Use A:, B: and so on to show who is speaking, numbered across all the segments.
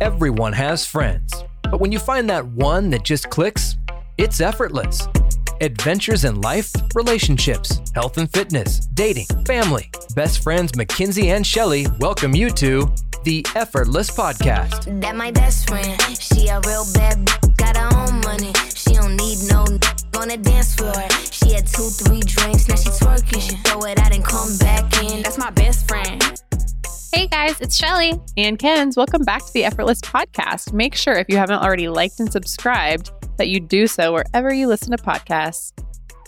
A: Everyone has friends, but when you find that one that just clicks, it's effortless. Adventures in life, relationships, health and fitness, dating, family. Best friends Mackenzie and Shelly welcome you to the Effortless Podcast.
B: That my best friend, she a real bad b- got her own money. She don't need no n- on the dance floor. She had two, three drinks, now she twerking. She throw it out and come back in.
C: That's my best friend.
D: Hey guys, it's Shelly.
C: And Kens, welcome back to the Effortless Podcast. Make sure if you haven't already liked and subscribed that you do so wherever you listen to podcasts.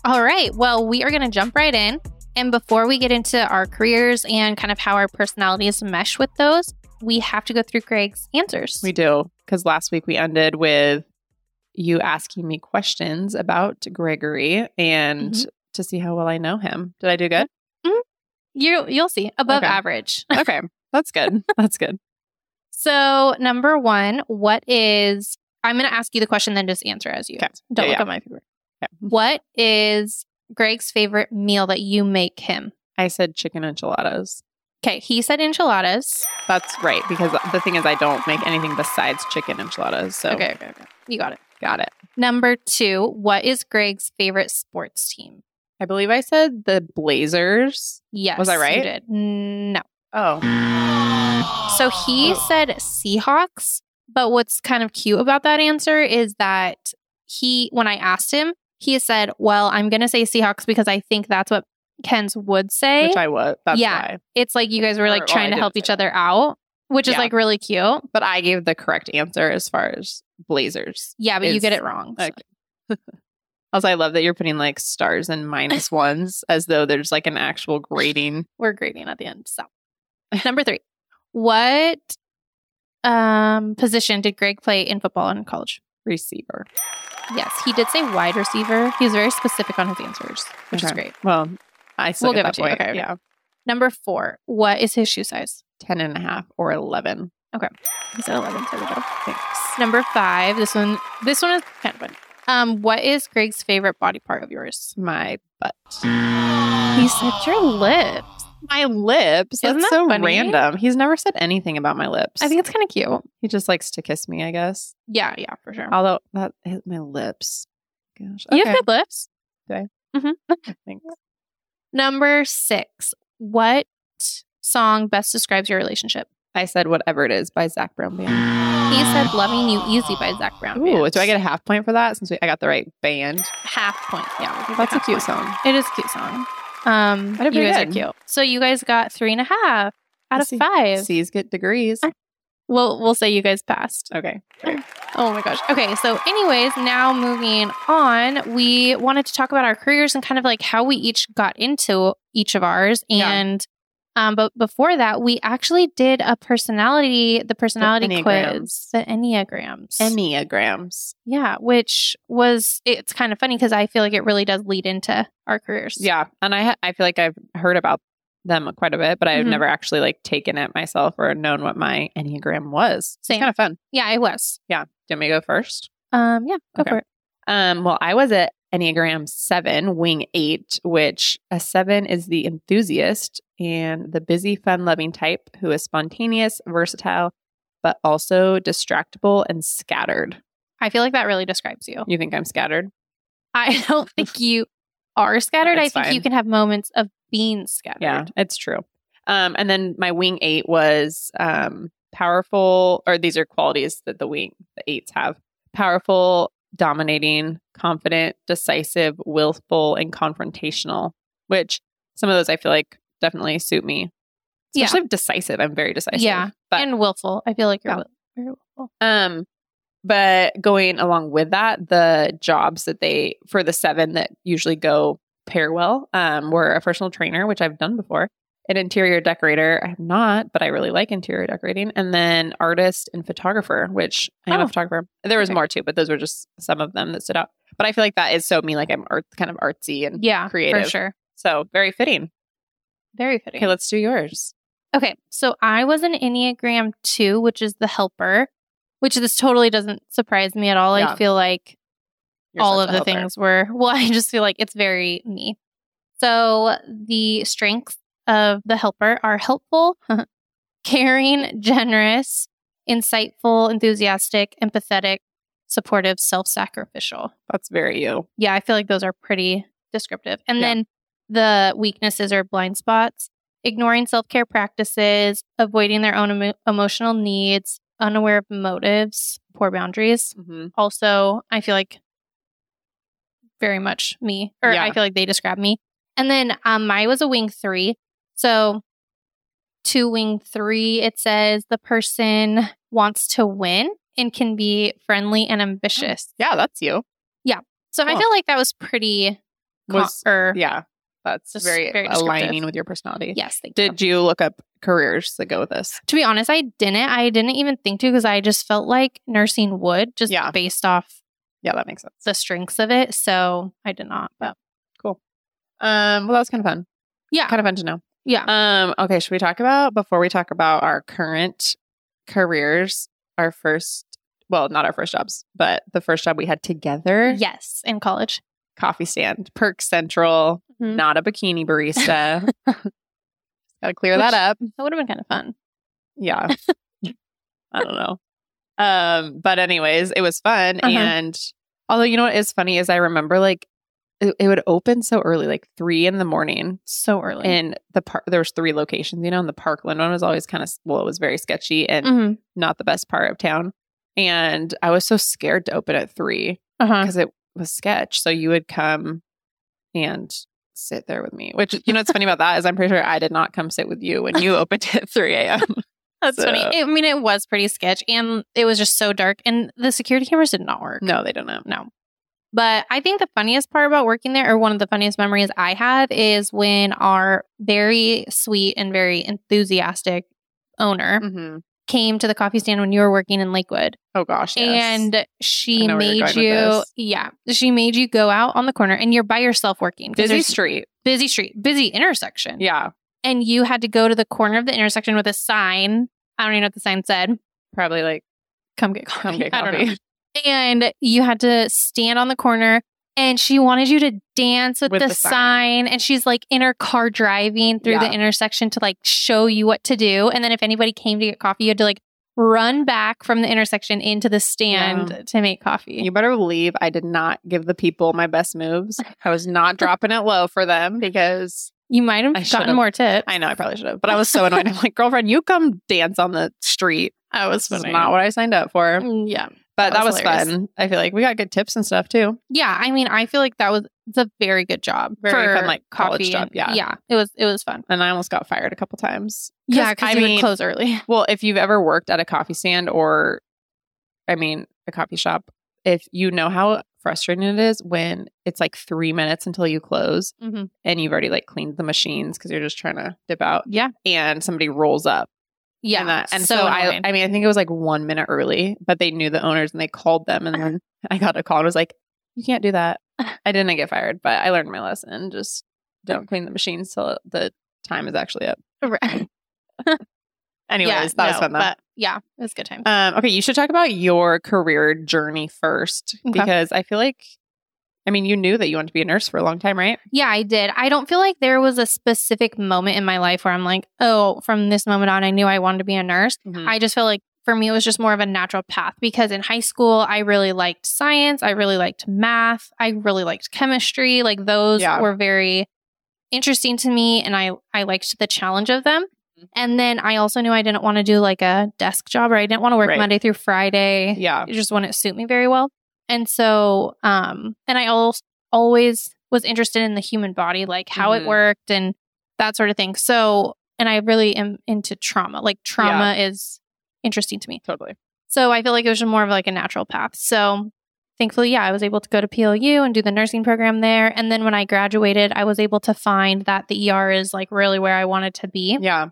D: All right, well, we are going to jump right in. And before we get into our careers and kind of how our personalities mesh with those, we have to go through Greg's answers.
C: We do, because last week we ended with you asking me questions about Gregory and
D: Mhm.
C: to see how well I know him. Did I do good?
D: you, you'll see, above
C: Okay.
D: average.
C: Okay. That's good. That's good.
D: So, number one, what is, I'm going to ask you the question, then just answer as you.
C: Okay.
D: Don't
C: Yeah,
D: look
C: yeah.
D: at my paper.
C: Okay.
D: What is Greg's favorite meal that you make him?
C: I said chicken enchiladas.
D: Okay, he said enchiladas.
C: That's right, because the thing is, I don't make anything besides chicken enchiladas. So,
D: Okay, okay, okay. You got it.
C: got it.
D: Number two, what is Greg's favorite sports team?
C: I believe I said the Blazers.
D: Yes.
C: Was I
D: you
C: right?
D: did. No.
C: Oh,
D: Mm. So he said Seahawks, but what's kind of cute about that answer is that he, when I asked him, he said, Well, I'm going to say Seahawks because I think that's what Ken's would say.
C: which I was. That's
D: Yeah.
C: why.
D: it's like you guys were like
C: Or- well, I
D: trying to
C: didn't
D: help
C: say
D: each
C: that.
D: other out, which is
C: Yeah.
D: like really cute.
C: But I gave the correct answer as far as Blazers.
D: Yeah, but you
C: Is-
D: get it wrong. so-
C: Okay. Also, I love that you're putting like stars and minus ones as though there's like an actual grading.
D: we're grading at the end. So, number three, what um position did Greg play in football in college?
C: Receiver.
D: Yes, he did say wide receiver. He was very specific on his answers, which is
C: Okay.
D: great.
C: Well, I still
D: We'll
C: get
D: give
C: that
D: it to you.
C: point.
D: Okay, okay.
C: Yeah.
D: Number four, what is his shoe size?
C: 10 and a half or 11.
D: He said eleven. So we go.
C: Thanks.
D: Number five, this one, this one is kind of fun. Um, what is Greg's favorite body part of yours?
C: My butt.
D: He said your lips.
C: My lips.
D: Isn't that
C: That's so
D: funny?
C: random. He's never said anything about my lips.
D: I think it's kind of cute.
C: he just likes to kiss me, I guess.
D: Yeah, yeah, for sure.
C: Although that hit my lips. Gosh.
D: You have good lips.
C: Thanks.
D: Number six, what song best describes your relationship?
C: I said whatever it is by Zach Brown Band.
D: He said "Loving You Easy" by Zach Brown.
C: Ooh,
D: Band.
C: do I get a half point for that since we, I got the right band?
D: half point? Yeah, we'll give you
C: That's a
D: half
C: cute
D: point.
C: song.
D: It is a cute song. Um,
C: I did
D: you
C: pretty
D: guys
C: good.
D: are cute. So you guys got three and a half out of
C: See-
D: five.
C: C's get degrees.
D: We'll we'll say you guys passed.
C: Okay.
D: Oh my gosh. Okay. So, anyways, now moving on, we wanted to talk about our careers and kind of like how we each got into each of ours.
C: Yeah.
D: And, um, but before that, we actually did a personality, the personality quiz,
C: Enneagrams.
D: the Enneagrams.
C: Enneagrams.
D: yeah. Which was, it's kind of funny because I feel like it really does lead into our careers.
C: Yeah, and I ha- I feel like I've heard about them quite a bit, but I've
D: Mhm.
C: never actually like taken it myself or known what my enneagram was.
D: Same.
C: It's kind of fun.
D: Yeah. It was.
C: Do you want me to go first?
D: Um, yeah. Go
C: Okay.
D: for it.
C: Um, well, I was at Enneagram Seven, Wing Eight, which a seven is the enthusiast and the busy, fun-loving type who is spontaneous, versatile, but also distractible and scattered.
D: I feel like that really describes you.
C: You think I'm scattered?
D: I don't think you are scattered. I
C: It's
D: think you
C: fine.
D: can have moments of being scattered.
C: Yeah, it's true. Um, and then my wing eight was um, powerful, or these are qualities that the wing the eights have: powerful, dominating, confident, decisive, willful, and confrontational. Which some of those I feel like definitely suit me.
D: Yeah.
C: Especially Oh. decisive. I'm very decisive.
D: Yeah.
C: but
D: and willful. I feel like you're
C: Yeah.
D: will- very willful.
C: um, but going along with that, the jobs that they for the seven that usually go pair well um, were a personal trainer, which I've done before, an interior decorator. I have not, but I really like interior decorating, and then artist and photographer, which I am
D: Oh.
C: a photographer. There was
D: Okay.
C: more too, but those were just some of them that stood out. But I feel like that is so me, like I'm art, kind of artsy and
D: Yeah,
C: creative.
D: for sure.
C: so very fitting.
D: Very fitting.
C: Okay,
D: Okay,
C: let's do yours.
D: so I was an Enneagram 2, which is the helper, which this totally doesn't surprise me at all. I
C: Yeah.
D: feel like
C: You're
D: all of
C: such a
D: the
C: helper.
D: things were, well, I just feel like it's very me. So the strengths of the helper are helpful, caring, generous, insightful, enthusiastic, empathetic, supportive, self sacrificial.
C: That's very you.
D: Yeah, I feel like those are pretty descriptive. And
C: Yeah.
D: then the weaknesses or blind spots ignoring self care practices, avoiding their own emo- emotional needs, unaware of motives, poor boundaries.
C: Mhm.
D: Also, I feel like very much me, or
C: Yeah.
D: I feel like they describe me. And then um, my was a wing three. So, to wing three, it says the person wants to win and can be friendly and ambitious.
C: Yeah, that's you.
D: So I
C: Oh, Cool.
D: feel like that was pretty. Con-
C: Was-
D: or,
C: Yeah, that's
D: Just
C: very,
D: very descriptive.
C: aligning with your personality.
D: Yes, thank you.
C: Did you look up careers that go with this?
D: To be honest, I didn't. I didn't even think to because I just felt like nursing would just
C: Yeah.
D: based off
C: Yeah, that makes sense.
D: the strengths of it. So I did not. But
C: Um, well, that was kind of fun.
D: Yeah.
C: kind of fun to know.
D: yeah,
C: Um, okay, should we talk about before we talk about our current careers, our first well, not our first jobs, but the first job we had together.
D: yes, in college.
C: Coffee stand, Perk Central,
D: Mhm.
C: not a bikini barista. Gotta clear that
D: Which-
C: up.
D: That would have been kind of fun.
C: Yeah. I don't know. Um, but anyways, it was fun.
D: Uh-huh.
C: And although you know what is funny is I remember like it, it would open so early, like three in the morning.
D: So early.
C: And the park there was three locations, you know, and the Parkland one was always kind of well, it was very sketchy and
D: Mhm.
C: not the best part of town. And I was so scared to open at three
D: Uh-huh.
C: because it was sketch. So you would come and sit there with me. Which you know what's funny about that is I'm pretty sure I did not come sit with you when you opened at three AM.
D: That's
C: So-
D: funny. I mean, it was pretty sketch, and it was just so dark, and the security cameras did not work.
C: No, they don't know.
D: No. But I think the funniest part about working there, or one of the funniest memories I had, is when our very sweet and very enthusiastic owner
C: Mm-hmm.
D: came to the coffee stand when you were working in Lakewood.
C: Oh gosh,
D: And
C: I
D: she
C: know where you're
D: made
C: going with
D: you,
C: this.
D: yeah, she made you go out on the corner and you're by yourself working. 'cause
C: busy
D: there's-
C: street.
D: busy street, busy intersection.
C: Yeah,
D: And you had to go to the corner of the intersection with a sign. I don't even know what the sign said.
C: probably like
D: Come get coffee.
C: come get
D: I don't know
C: coffee
D: and you had to stand on the corner and she wanted you to dance with,
C: With
D: the,
C: the sign.
D: sign. and she's like in her car driving through
C: Yeah.
D: the intersection to like show you what to do and then if anybody came to get coffee you had to like run back from the intersection into the stand to make coffee
C: You better believe I did not give the people my best moves. I was not dropping it low for them because
D: you might have
C: I should've-
D: gotten more tips
C: I know I probably should have, but I was so annoyed. I'm like, girlfriend, you come dance on the street.
D: i was
C: This is not what I signed up for.
D: Mm, yeah
C: But that
D: that was
C: was,
D: hilarious.
C: fun. I feel like we got good tips and stuff too.
D: yeah i mean i feel like that was it's a very good job
C: Very
D: for
C: fun, like, college
D: coffee
C: job,
D: and-
C: yeah.
D: yeah it was it was fun
C: And I almost got fired a couple times.
D: yeah because
C: I
D: you
C: mean-
D: would close early
C: Well, if you've ever worked at a coffee stand or, I mean, a coffee shop, if you know how frustrating it is when it's like three minutes until you close
D: Mhm.
C: and you've already like cleaned the machines because you're just trying to dip out
D: yeah
C: and somebody rolls up.
D: yeah
C: And, that, and so, I,
D: annoying.
C: I mean, I think it was like one minute early, but they knew the owners and they called them. And then I got a call and was like, you can't do that. I didn't get fired, but I learned my lesson. Just don't clean the machines till the time is actually up. Anyways, that was
D: no,
C: fun though.
D: But yeah, it was a good time.
C: Um, okay, you should talk about your career journey first
D: Okay.
C: because I feel like, I mean, you knew that you wanted to be a nurse for a long time, right?
D: yeah, I did. I don't feel like there was a specific moment in my life where I'm like, oh, from this moment on, I knew I wanted to be a nurse.
C: Mm.
D: I just feel like for me, it was just more of a natural path because in high school, I really liked science. I really liked math. I really liked chemistry. Like those
C: Yeah.
D: were very interesting to me and I, I liked the challenge of them.
C: Mm-hmm.
D: And then I also knew I didn't want to do like a desk job or I didn't want to work
C: Right.
D: Monday through Friday.
C: yeah,
D: it just wouldn't suit me very well. And so, um, and I al- always was interested in the human body, like how
C: Mhm.
D: it worked and that sort of thing. So, and I really am into trauma. Like trauma is interesting to me.
C: totally.
D: So I feel like it was just more of like a natural path. So thankfully, yeah, I was able to go to PLU and do the nursing program there. And then when I graduated, I was able to find that the ER is like really where I wanted to be.
C: Yeah,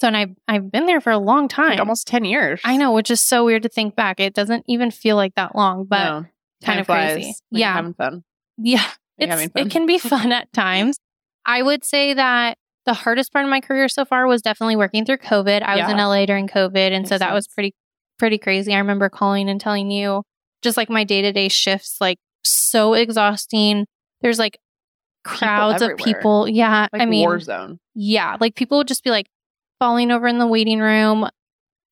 D: So, and I, I've been there for a long time.
C: like almost ten years.
D: I know, which is so weird to think back. It doesn't even feel like that long, but
C: No,
D: kind
C: time
D: of crazy.
C: flies when you're
D: Yeah.
C: having fun.
D: yeah,
C: You're
D: it's,
C: having fun.
D: it can be fun at times. I would say that the hardest part of my career so far was definitely working through COVID. I was
C: Yeah.
D: in LA during COVID, and so
C: Makes
D: that was
C: sense.
D: pretty pretty crazy. I remember calling and telling you just like my day to day shifts, like so exhausting. There's like crowds of
C: everywhere.
D: people. Yeah,
C: Like
D: I mean,
C: war zone.
D: yeah, like people would just be like falling over in the waiting room.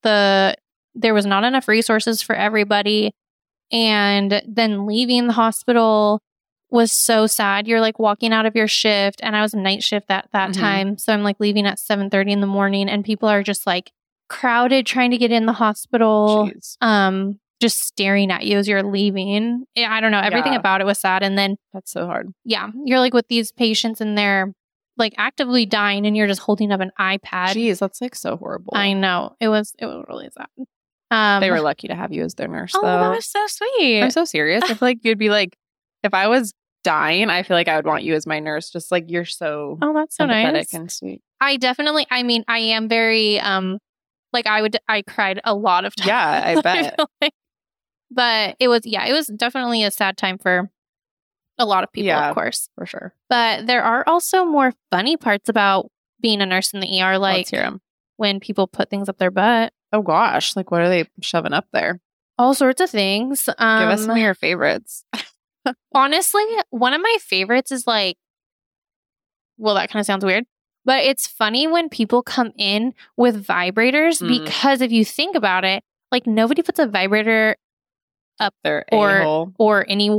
D: The there was not enough resources for everybody. And then leaving the hospital was so sad. You're like walking out of your shift, and I was a night shift at that
C: Mhm.
D: time, so I'm like leaving at 7:30 in the morning, and people are just like crowded trying to get in the hospital
C: Jeez.
D: um just staring at you as you're leaving. I- I don't know. Everything
C: Yeah.
D: about it was sad. And then
C: That's so hard.
D: yeah, you're like with these patients and they're like actively dying and you're just holding up an iPad.
C: Jeez, that's like so horrible.
D: I know. It was it was really sad. Um
C: Oh. they were lucky to have you as their nurse,
D: Oh,
C: though.
D: that was so sweet.
C: I'm so serious. I feel like you'd be like, if I was dying, I feel like I would want you as my nurse. Just like you're so
D: oh, that's so
C: sympathetic
D: nice.
C: and sweet.
D: I definitely I mean, I am very um like I would I cried a lot of times.
C: Yeah, I bet.
D: feel like- but it was yeah, it was definitely a sad time for a lot of people,
C: Yeah.
D: of course.
C: For sure.
D: But there are also more funny parts about being a nurse in the ER, like
C: Let's hear 'em.
D: when people put things up their butt,
C: Oh gosh, like what are they shoving up there?
D: all sorts of things. Um,
C: Give us some of your favorites.
D: honestly, one of my favorites is like, well, that kind of sounds weird, but it's funny when people come in with vibrators
C: Mm.
D: because if you think about it, like nobody puts a vibrator
C: Their
D: Or-
C: a-hole,
D: or any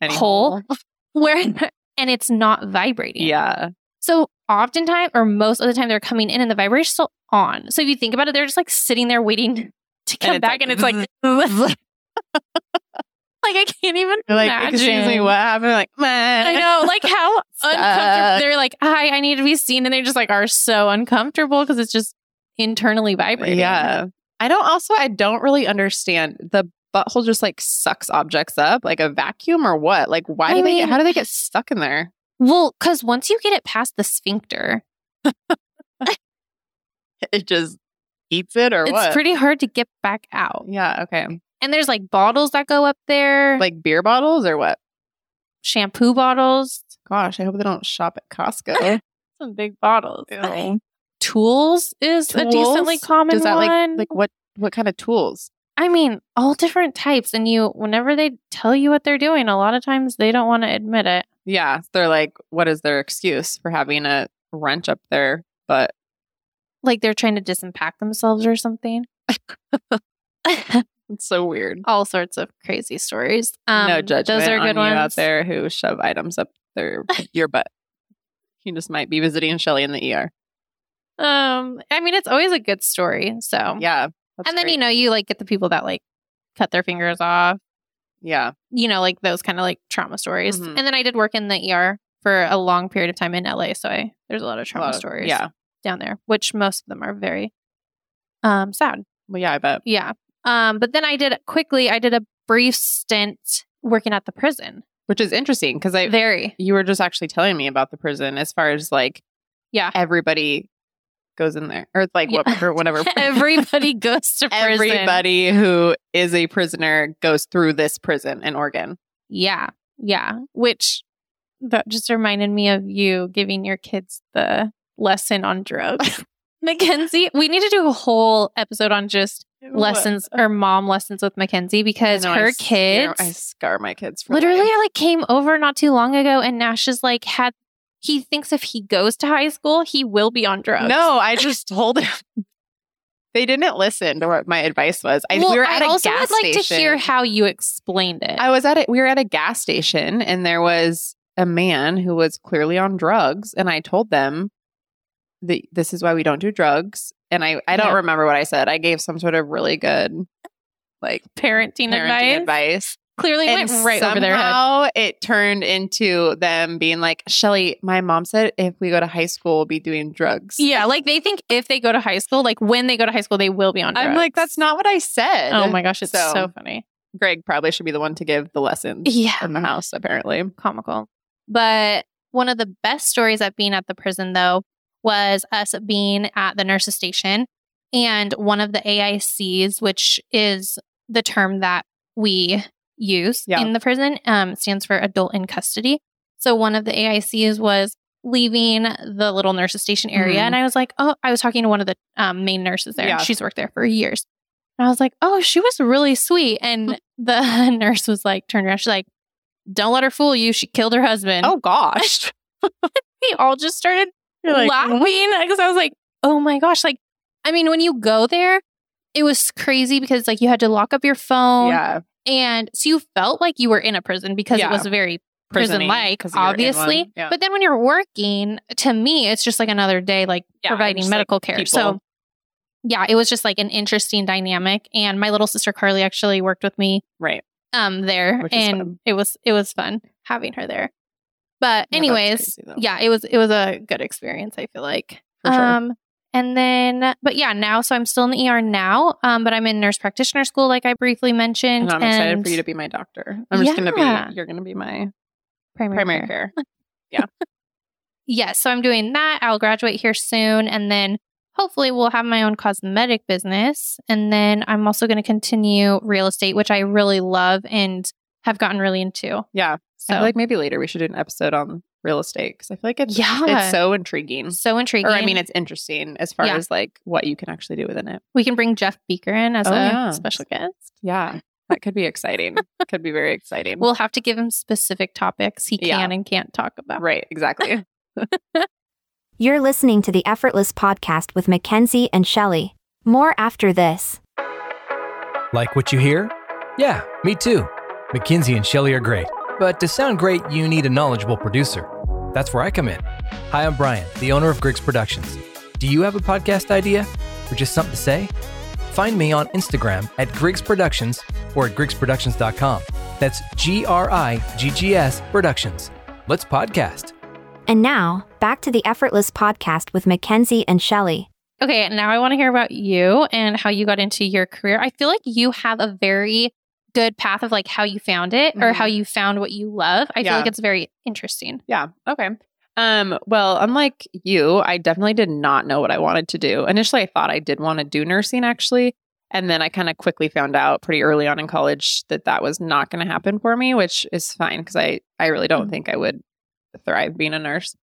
C: any
D: hole where, and it's not vibrating.
C: Yeah.
D: So oftentimes, or most of the time, they're coming in and the vibration's still on. So if you think about it, they're just like sitting there waiting to come
C: it's
D: back,
C: like,
D: and it's like, like I can't even
C: You're like,
D: imagine.
C: excuse me, what happened? Like, man.
D: I know, like how uncomfortable.
C: Suck.
D: They're like, hi, I need to be seen, and they just like are so uncomfortable because it's just internally vibrating.
C: Yeah. I don't also I don't really understand the butthole just like sucks objects up, like a vacuum or what? Like why
D: I
C: do
D: mean-
C: they how do they get stuck in there?
D: Well, because once you get it past the sphincter,
C: It just eats it or
D: it's
C: what?
D: pretty hard to get back out.
C: yeah, okay.
D: And there's like bottles that go up there, like
C: Like beer bottles or what?
D: shampoo bottles,
C: Gosh, I hope they don't shop at Costco.
D: some big bottles.
C: Ew.
D: tools is a decently
C: Tools?
D: common
C: Does that
D: one.
C: like like what what kind of tools?
D: I mean, all different types, and you whenever they tell you what they're doing, a lot of times they don't want to admit it.
C: Yeah, they're like, what is their excuse for having a wrench up there? But
D: Like they're trying to disinfect themselves or something.
C: it's so weird.
D: all sorts of crazy stories.
C: no judgment.
D: Um, Those are
C: on
D: good
C: you
D: ones
C: out there who shove items up their your butt. You just might be visiting Shelly in the ER.
D: Um, I mean, it's always a good story. So
C: Yeah, that's
D: Oh. and then
C: great.
D: you know, you like get the people that like cut their fingers off.
C: yeah,
D: You know, like those kind of like trauma stories.
C: Mhm.
D: And then I did work in the ER for a long period of time in LA, so I there's a lot of
C: a
D: trauma
C: lot of-
D: stories.
C: Yeah,
D: down there, which most of them are very um sad.
C: well, yeah, I bet.
D: Yeah. Um, but then I did quickly I did a brief stint working at the prison.
C: Which is interesting because I
D: Very.
C: you were just actually telling me about the prison as far as like
D: Yeah.
C: everybody goes in there or like
D: Yeah.
C: whatever whatever
D: Everybody goes to prison.
C: everybody who is a prisoner goes through this prison in Oregon.
D: Yeah. Yeah. Which that just reminded me of you giving your kids the lesson on drugs. Mackenzie, we need to do a whole episode on just lessons or mom lessons with Mackenzie because
C: I know, I
D: her
C: scare-
D: kids
C: I scar my kids for
D: Literally,
C: life.
D: I like came over not too long ago, and Nash is like had. He thinks if he goes to high school, he will be on drugs.
C: No, I just told him. They didn't listen to what my advice was. I,
D: Well,
C: we were at
D: I
C: a
D: also
C: gas
D: would like
C: station.
D: to hear how you explained it.
C: I was at it. We were at a gas station, and there was a man who was clearly on drugs. And I told them that this is why we don't do drugs. And I, I don't
D: Yeah.
C: remember what I said. I gave some sort of really good, like
D: parenting, advice,
C: parenting advice.
D: clearly went right over their head.
C: somehow it turned into them being like, Shelly, my mom said if we go to high school, we'll be doing drugs.
D: Yeah, like they think if they go to high school, like when they go to high school, they will be on drugs.
C: I'm like, that's not what I said.
D: oh my gosh, it's so,
C: So-
D: funny.
C: Greg probably should be the one to give the lessons
D: Yeah,
C: in the house, apparently.
D: comical. But one of the best stories at being at the prison, though, was us being at the nurse's station. And one of the AICs, which is the term that we use
C: Yeah.
D: in the prison, um, stands for adult in custody. So one of the AICs was leaving the little nurse's station area.
C: Mhm.
D: And I was like, oh, I was talking to one of the um, main nurses there.
C: Yeah.
D: She's worked there for years. And I was like, oh, she was really sweet. And
C: Mm.
D: the nurse was like, turned around. She's like, don't let her fool you. She killed her husband.
C: Oh gosh.
D: we all just started
C: You're like,
D: laughing because I was like, oh my gosh. Like, I mean, when you go there, it was crazy because like you had to lock up your phone
C: yeah.
D: and so you felt like you were in a prison because it
C: Yeah.
D: was very prison like,
C: because you're in
D: obviously.
C: one. Yeah.
D: But then when you're working, to me, it's just like another day, like
C: Yeah,
D: providing
C: just, like,
D: medical care. So,
C: people.
D: yeah, it was just like an interesting dynamic. And my little sister Carly actually worked with me
C: right.
D: um there,
C: Which is
D: and
C: fun.
D: it was it was fun having her there. But
C: Yeah, that's
D: anyways,
C: crazy, though.
D: yeah, it was it was a good experience. I feel like.
C: For sure.
D: Um, and then, but yeah, now so I'm still in the ER now. Um, but I'm in nurse practitioner school, like I briefly mentioned.
C: And I'm excited
D: and
C: for you to be my doctor. I'm just gonna
D: Yeah.
C: be. You're gonna be my
D: primary,
C: primary
D: care.
C: care.
D: yes, so I'm doing that. I'll graduate here soon and then hopefully we'll have my own cosmetic business. And then I'm also going to continue real estate, which I really love and have gotten really into.
C: Yeah. I
D: So
C: feel like maybe later we should do an episode on real estate because I feel like it's
D: yeah,
C: it's so intriguing.
D: so intriguing.
C: Or I mean, it's interesting as far
D: Yeah.
C: as like what you can actually do within it.
D: we can bring Jeff Beaker in as
C: Oh,
D: a
C: yeah.
D: special guest.
C: Yeah, that could be exciting. could be very exciting.
D: We'll have to give him specific topics he can
C: Yeah.
D: and can't talk about.
C: right, exactly.
B: You're listening to the Effortless Podcast with Mackenzie and Shelley. More after this.
A: Like what you hear? Yeah, me too. McKinsey and Shelley are great, but to sound great, you need a knowledgeable producer. That's where I come in. Hi, I'm Brian, the owner of Griggs Productions. Do you have a podcast idea or just something to say? Find me on Instagram at Griggs Productions or at griggsproductions.com. That's G R I G G S Productions. Let's podcast.
B: And now, back to the Effortless Podcast with Mackenzie and Shelley.
D: Okay, now I want to hear about you and how you got into your career. I feel like you have a very good path of like how you found it or
C: Mhm.
D: how you found what you love. I feel
C: Yeah.
D: like it's very interesting.
C: Yeah. Okay. Um, well, unlike you, I definitely did not know what I wanted to do. Initially, I thought I did want to do nursing actually. And then I kind of quickly found out pretty early on in college that that was not going to happen for me, which is fine because I, I really don't
D: Mm.
C: think I would thrive being a nurse.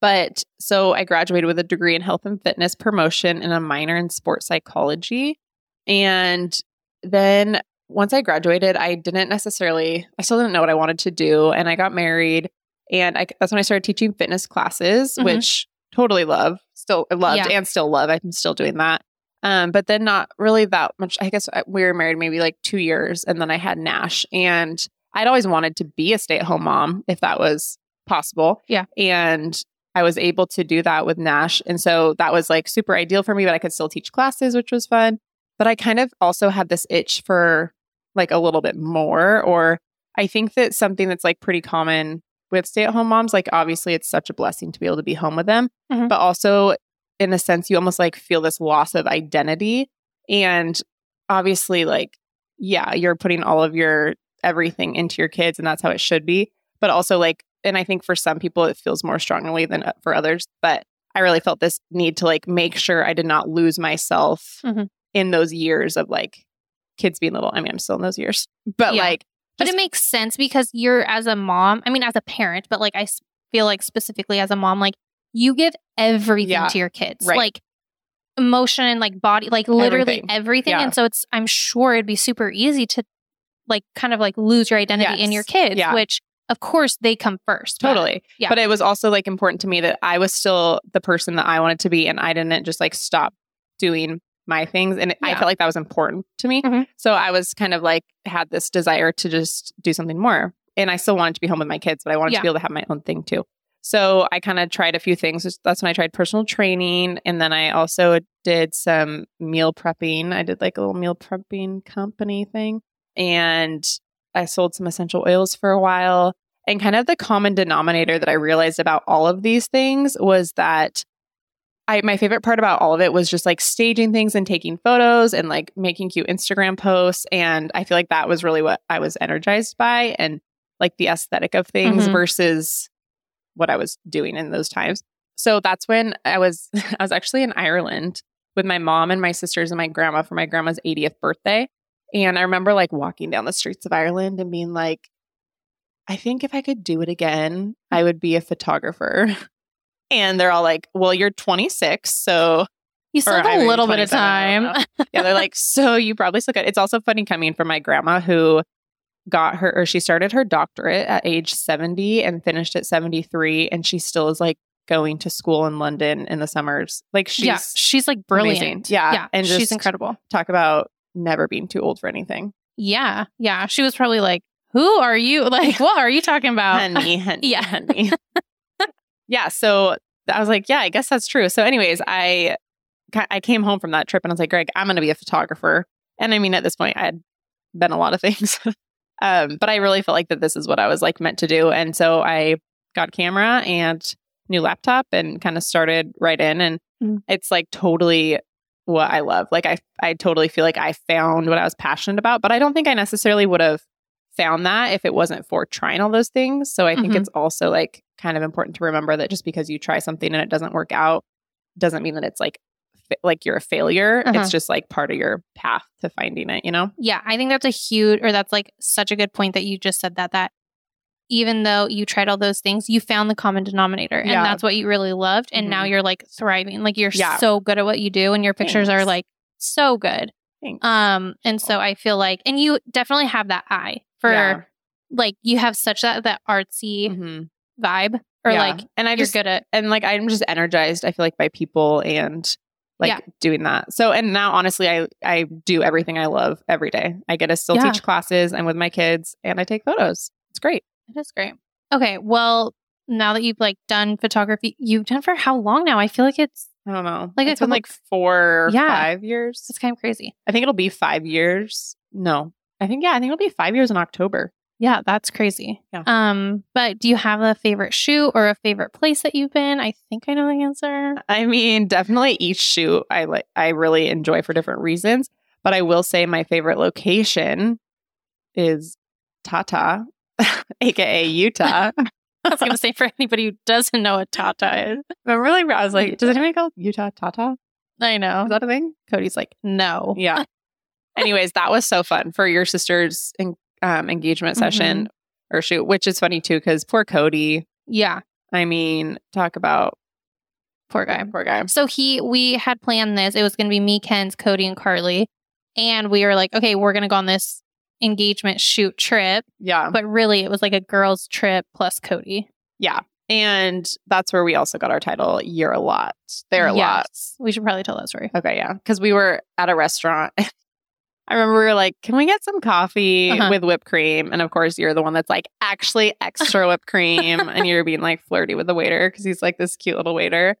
C: But so I graduated with a degree in health and fitness promotion and a minor in sports psychology. And then once I graduated, I didn't necessarily, I still didn't know what I wanted to do. And I got married. And I, that's when I started teaching fitness classes,
D: Mhm.
C: which totally love, still I loved
D: Yeah.
C: and still love. I'm still doing that. Um, but then not really that much. I guess I- we were married maybe like two years and then I had Nash. And I'd always wanted to be a stay at home mom if that was possible.
D: Yeah.
C: And I was able to do that with Nash. And so that was like super ideal for me, but I could still teach classes, which was fun. But I kind of also had this itch for like a little bit more. Or I think that something that's like pretty common with stay at home moms, like obviously it's such a blessing to be able to be home with them,
D: Mhm.
C: but also in a sense, you almost like feel this loss of identity. And obviously, like, yeah, you're putting all of your everything into your kids, and that's how it should be but also like and i think for some people it feels more strongly than uh, for others but i really felt this need to like make sure i did not lose myself
D: Mhm.
C: in those years of like kids being little i mean i'm still in those years but
D: Yeah.
C: like
D: But
C: Just-
D: it makes sense because you're as a mom, I mean as a parent, but like I s- feel like specifically as a mom like you give everything
C: Yeah,
D: to your kids.
C: right.
D: Like emotion, like body, like literally everything.
C: Everything. Yeah.
D: And so it's I'm sure it'd be super easy to like kind of like lose your identity in your
C: Yes.
D: kids,
C: Yeah.
D: which of course they come first. but-
C: totally
D: yeah.
C: but it was also like important to me that i was still the person that i wanted to be and i didn't just like stop doing my things and it, i
D: Yeah.
C: felt like that was important to me
D: Mhm.
C: so i was kind of like had this desire to just do something more and i still wanted to be home with my kids but i wanted
D: Yeah.
C: to be able to have my own thing too so i kind of tried a few things that's when i tried personal training and then i also did some meal prepping i did like a little meal prepping company thing and i sold some essential oils for a while and kind of the common denominator that I realized about all of these things was that I my favorite part about all of it was just like staging things and taking photos and like making cute Instagram posts. And I feel like that was really what I was energized by and like the aesthetic of things
D: Mhm.
C: versus what I was doing in those times. So that's when I was I was actually in Ireland with my mom and my sisters and my grandma for my grandma's 80th birthday. And I remember like walking down the streets of Ireland and being like, I think if I could do it again, I would be a photographer. And they're all like, Well, you're 26. So,
D: You still
C: Or
D: have a
C: I'm
D: little bit of
C: 27, I don't
D: time.
C: know. yeah, they're like, So you probably still could. It's also funny coming from my grandma who got her, or she started her doctorate at age 70 and finished at 73. And she still is like, going to school in London in the summers. Like she's
D: yeah, she's like brilliant.
C: amazing. Yeah,
D: yeah,
C: and
D: and
C: just-
D: she's incredible.
C: talk about never being too old for anything.
D: Yeah, yeah. She was probably like, "Who are you? Like, what are you talking about?"
C: honey, honey,
D: Yeah.
C: honey. yeah. So I was like, yeah, I guess that's true. So, anyways, I ca- I came home from that trip and I was like, Greg, I'm going to be a photographer. And I mean, at this point, I had been a lot of things, um, but I really felt like that this is what I was like meant to do. And so I got camera and new laptop and kind of started right in. And
D: Mm.
C: it's like totally what I love. Like I I totally feel like I found what I was passionate about, but I don't think I necessarily would have found that if it wasn't for trying all those things. So I think
D: Mhm.
C: it's also like kind of important to remember that just because you try something and it doesn't work out doesn't mean that it's like fa- like you're a failure.
D: Uh-huh.
C: It's just like part of your path to finding it, you know?
D: Yeah, I think that's a huge, or that's like such a good point that you just said that, that even though you tried all those things, you found the common denominator and
C: Yeah.
D: that's what you really loved. And now
C: Mhm.
D: you're like thriving. Like you're
C: Yeah.
D: so good at what you do and your pictures are
C: Thanks.
D: like so good.
C: Thanks.
D: Um, and so I feel like, and you definitely have that eye for
C: Yeah.
D: like, you have such that, that artsy
C: Mhm.
D: vibe or
C: Yeah.
D: like
C: and I
D: you're
C: just
D: good at,
C: and like I'm just energized. I feel like by people and like
D: Yeah.
C: doing that. So and now honestly, I I do everything I love every day. I get to still
D: Yeah.
C: teach classes. I'm with my kids and I take photos. It's great.
D: that's great. Okay. Well, now that you've like done photography, you've done for how long now? I feel like it's,
C: I don't know.
D: Like,
C: Like
D: a
C: it's been
D: couple-
C: like four, or
D: Yeah.
C: five years.
D: it's kind of crazy.
C: I think it'll be five years. No, I think yeah. I think it'll be five years in October.
D: Yeah, that's crazy.
C: Yeah.
D: Um, but do you have a favorite shoe or a favorite place that you've been? I think I know the answer.
C: I mean, definitely each shoot I like I really enjoy for different reasons, but I will say my favorite location is Tata, aka Utah.
D: I was gonna say for anybody who doesn't know what Tata is.
C: I'm really I was like, does anybody call Utah Tata?
D: I know. Oh.
C: Is that a thing? Cody's like,
D: No.
C: yeah. Anyways, that was so fun for your sister's en- um, engagement session or shoot, which is funny too because poor Cody.
D: Mm-hmm. Yeah.
C: I mean, talk about
D: Poor guy.
C: poor guy.
D: So he we had planned this. It was gonna be me, Ken's, Cody, and Carly. And we were like, okay, we're gonna go on this engagement shoot trip.
C: Yeah,
D: But really it was like a girls' trip plus Cody.
C: and that's where we also got our title. You're a lot. They're a lot.
D: Yes. We should probably tell that story.
C: Okay, yeah. Because we were at a restaurant. I remember we were like, can we get some coffee
D: Uh-huh.
C: with whipped cream? And of course, you're the one that's like, actually, extra whipped cream. and you're being like flirty with the waiter because he's like this cute little waiter.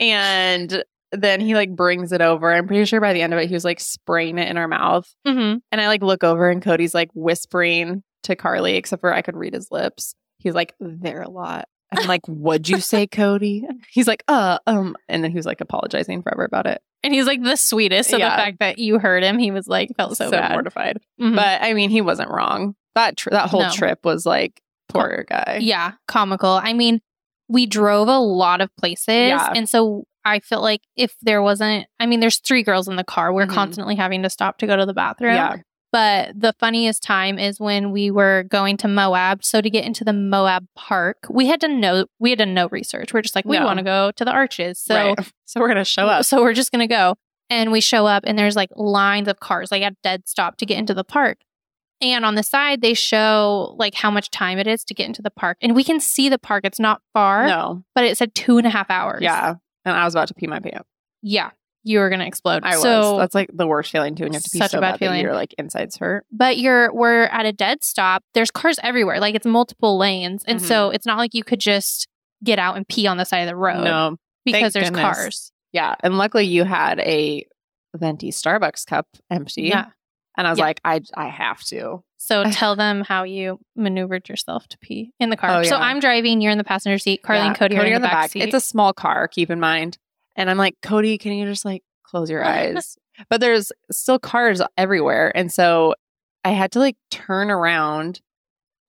C: And then he like brings it over. I'm pretty sure by the end of it, he was like spraying it in our mouth.
D: Mm-hmm.
C: And I like look over and Cody's like whispering to Carly, except for I could read his lips. He's like, they're a lot. And I'm like, what'd you say, Cody? He's like, uh, um. And then he was like apologizing forever about it.
D: And he's like the sweetest. So
C: Yeah.
D: the fact that you heard him, he was like felt so, bad.
C: mortified.
D: Mhm.
C: But I mean, he wasn't wrong. That tr- that whole
D: No.
C: trip was like poor guy.
D: Yeah, comical. I mean, we drove a lot of places.
C: Yeah.
D: And so I felt like if there wasn't, I mean, there's three girls in the car. We're
C: Mhm.
D: constantly having to stop to go to the bathroom.
C: Yeah.
D: But the funniest time is when we were going to Moab. So to get into the Moab park, we had to know, we had to know research. We're just like, we
C: No.
D: want to go to the arches. So
C: Right. so we're gonna show up.
D: so we're just gonna go. And we show up and there's like lines of cars, like at dead stop to get into the park. And on the side they show like how much time it is to get into the park. And we can see the park. It's not far,
C: No,
D: but it said two and a half hours.
C: yeah. And I was about to pee my pants.
D: Yeah. You were gonna explode.
C: I
D: So
C: was. That's like the worst feeling too. And you have to pee
D: Such a
C: so
D: bad
C: bad, that
D: feeling.
C: your like insides hurt.
D: but you're we're at a dead stop. There's cars everywhere. Like it's multiple lanes. And so
C: Mm-hmm.
D: it's not like you could just get out and pee on the side of the road
C: No,
D: because there's
C: goodness.
D: cars.
C: yeah. And luckily, you had a venti Starbucks cup empty.
D: Yeah.
C: And I was
D: Yeah.
C: like, I I have to.
D: So tell them how you maneuvered yourself to pee in the car.
C: Oh,
D: So
C: yeah.
D: I'm driving, you're in the passenger seat, Carly
C: Yeah,
D: and Cody, are in the, back, seat.
C: It's a small car, keep in mind. And I'm like, Cody, can you just like close your eyes? but there's still cars everywhere. And so I had to like turn around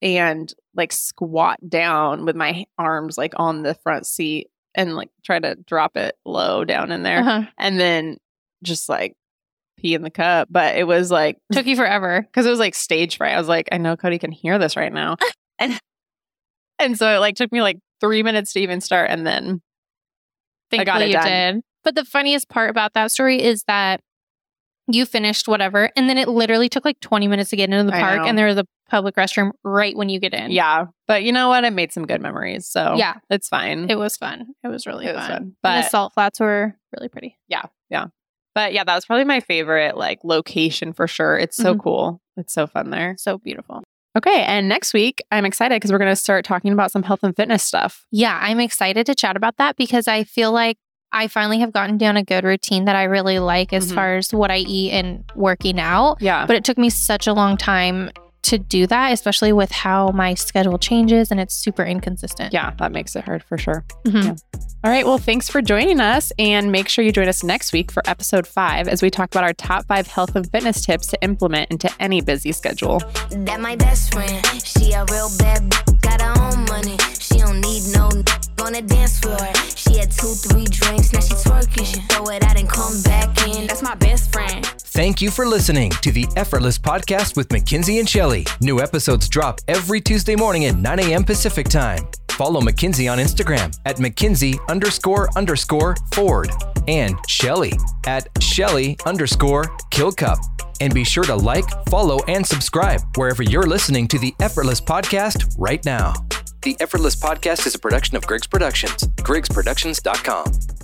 C: and like squat down with my arms like on the front seat and like try to drop it low down in there
D: Uh-huh.
C: and then just like pee in the cup. But it was like
D: took you forever.
C: because it was like stage fright. I was like, I know Cody can hear this right now, and and so it like took me like three minutes to even start, and then
D: Thankfully
C: got it
D: you
C: done.
D: did. But the funniest part about that story is that you finished whatever. And then it literally took like 20 minutes to get into the
C: I
D: park
C: know.
D: and there was a public restroom right when you get in.
C: Yeah. But you know what? I made some good memories. So
D: Yeah.
C: it's fine.
D: It was fun. It was really
C: It was
D: fun.
C: fun.
D: And
C: But-
D: the salt flats were really pretty.
C: but yeah, that was probably my favorite like location for sure. It's so
D: Mhm.
C: cool. It's so fun there.
D: So beautiful.
C: Okay. And next week, I'm excited because we're going to start talking about some health and fitness stuff.
D: Yeah, I'm excited to chat about that because I feel like I finally have gotten down a good routine that I really like as
C: Mhm.
D: far as what I eat and working out.
C: Yeah.
D: But it took me such a long time to do that, especially with how my schedule changes and it's super inconsistent.
C: yeah. That makes it hard for sure.
D: Mhm.
C: Yeah. All right. Well, thanks for joining us. And make sure you join us next week for episode five as we talk about our top five health and fitness tips to implement into any busy schedule.
B: That my best friend. She a real bad b- got her own money. She don't need no n- on the dance floor. She had two, three drinks, now she twerking. She throw it out and come back in. That's my best friend.
A: Thank you for listening to the Effortless Podcast with Mackenzie and Shelley. New episodes drop every Tuesday morning at 9 a.m. Pacific time. Follow Mackenzie on Instagram at Mackenzie underscore underscore Ford and Shelley at Shelley underscore Killcup. And be sure to like, follow, and subscribe wherever you're listening to the Effortless Podcast right now. The Effortless Podcast is a production of Griggs Productions, griggsproductions.com.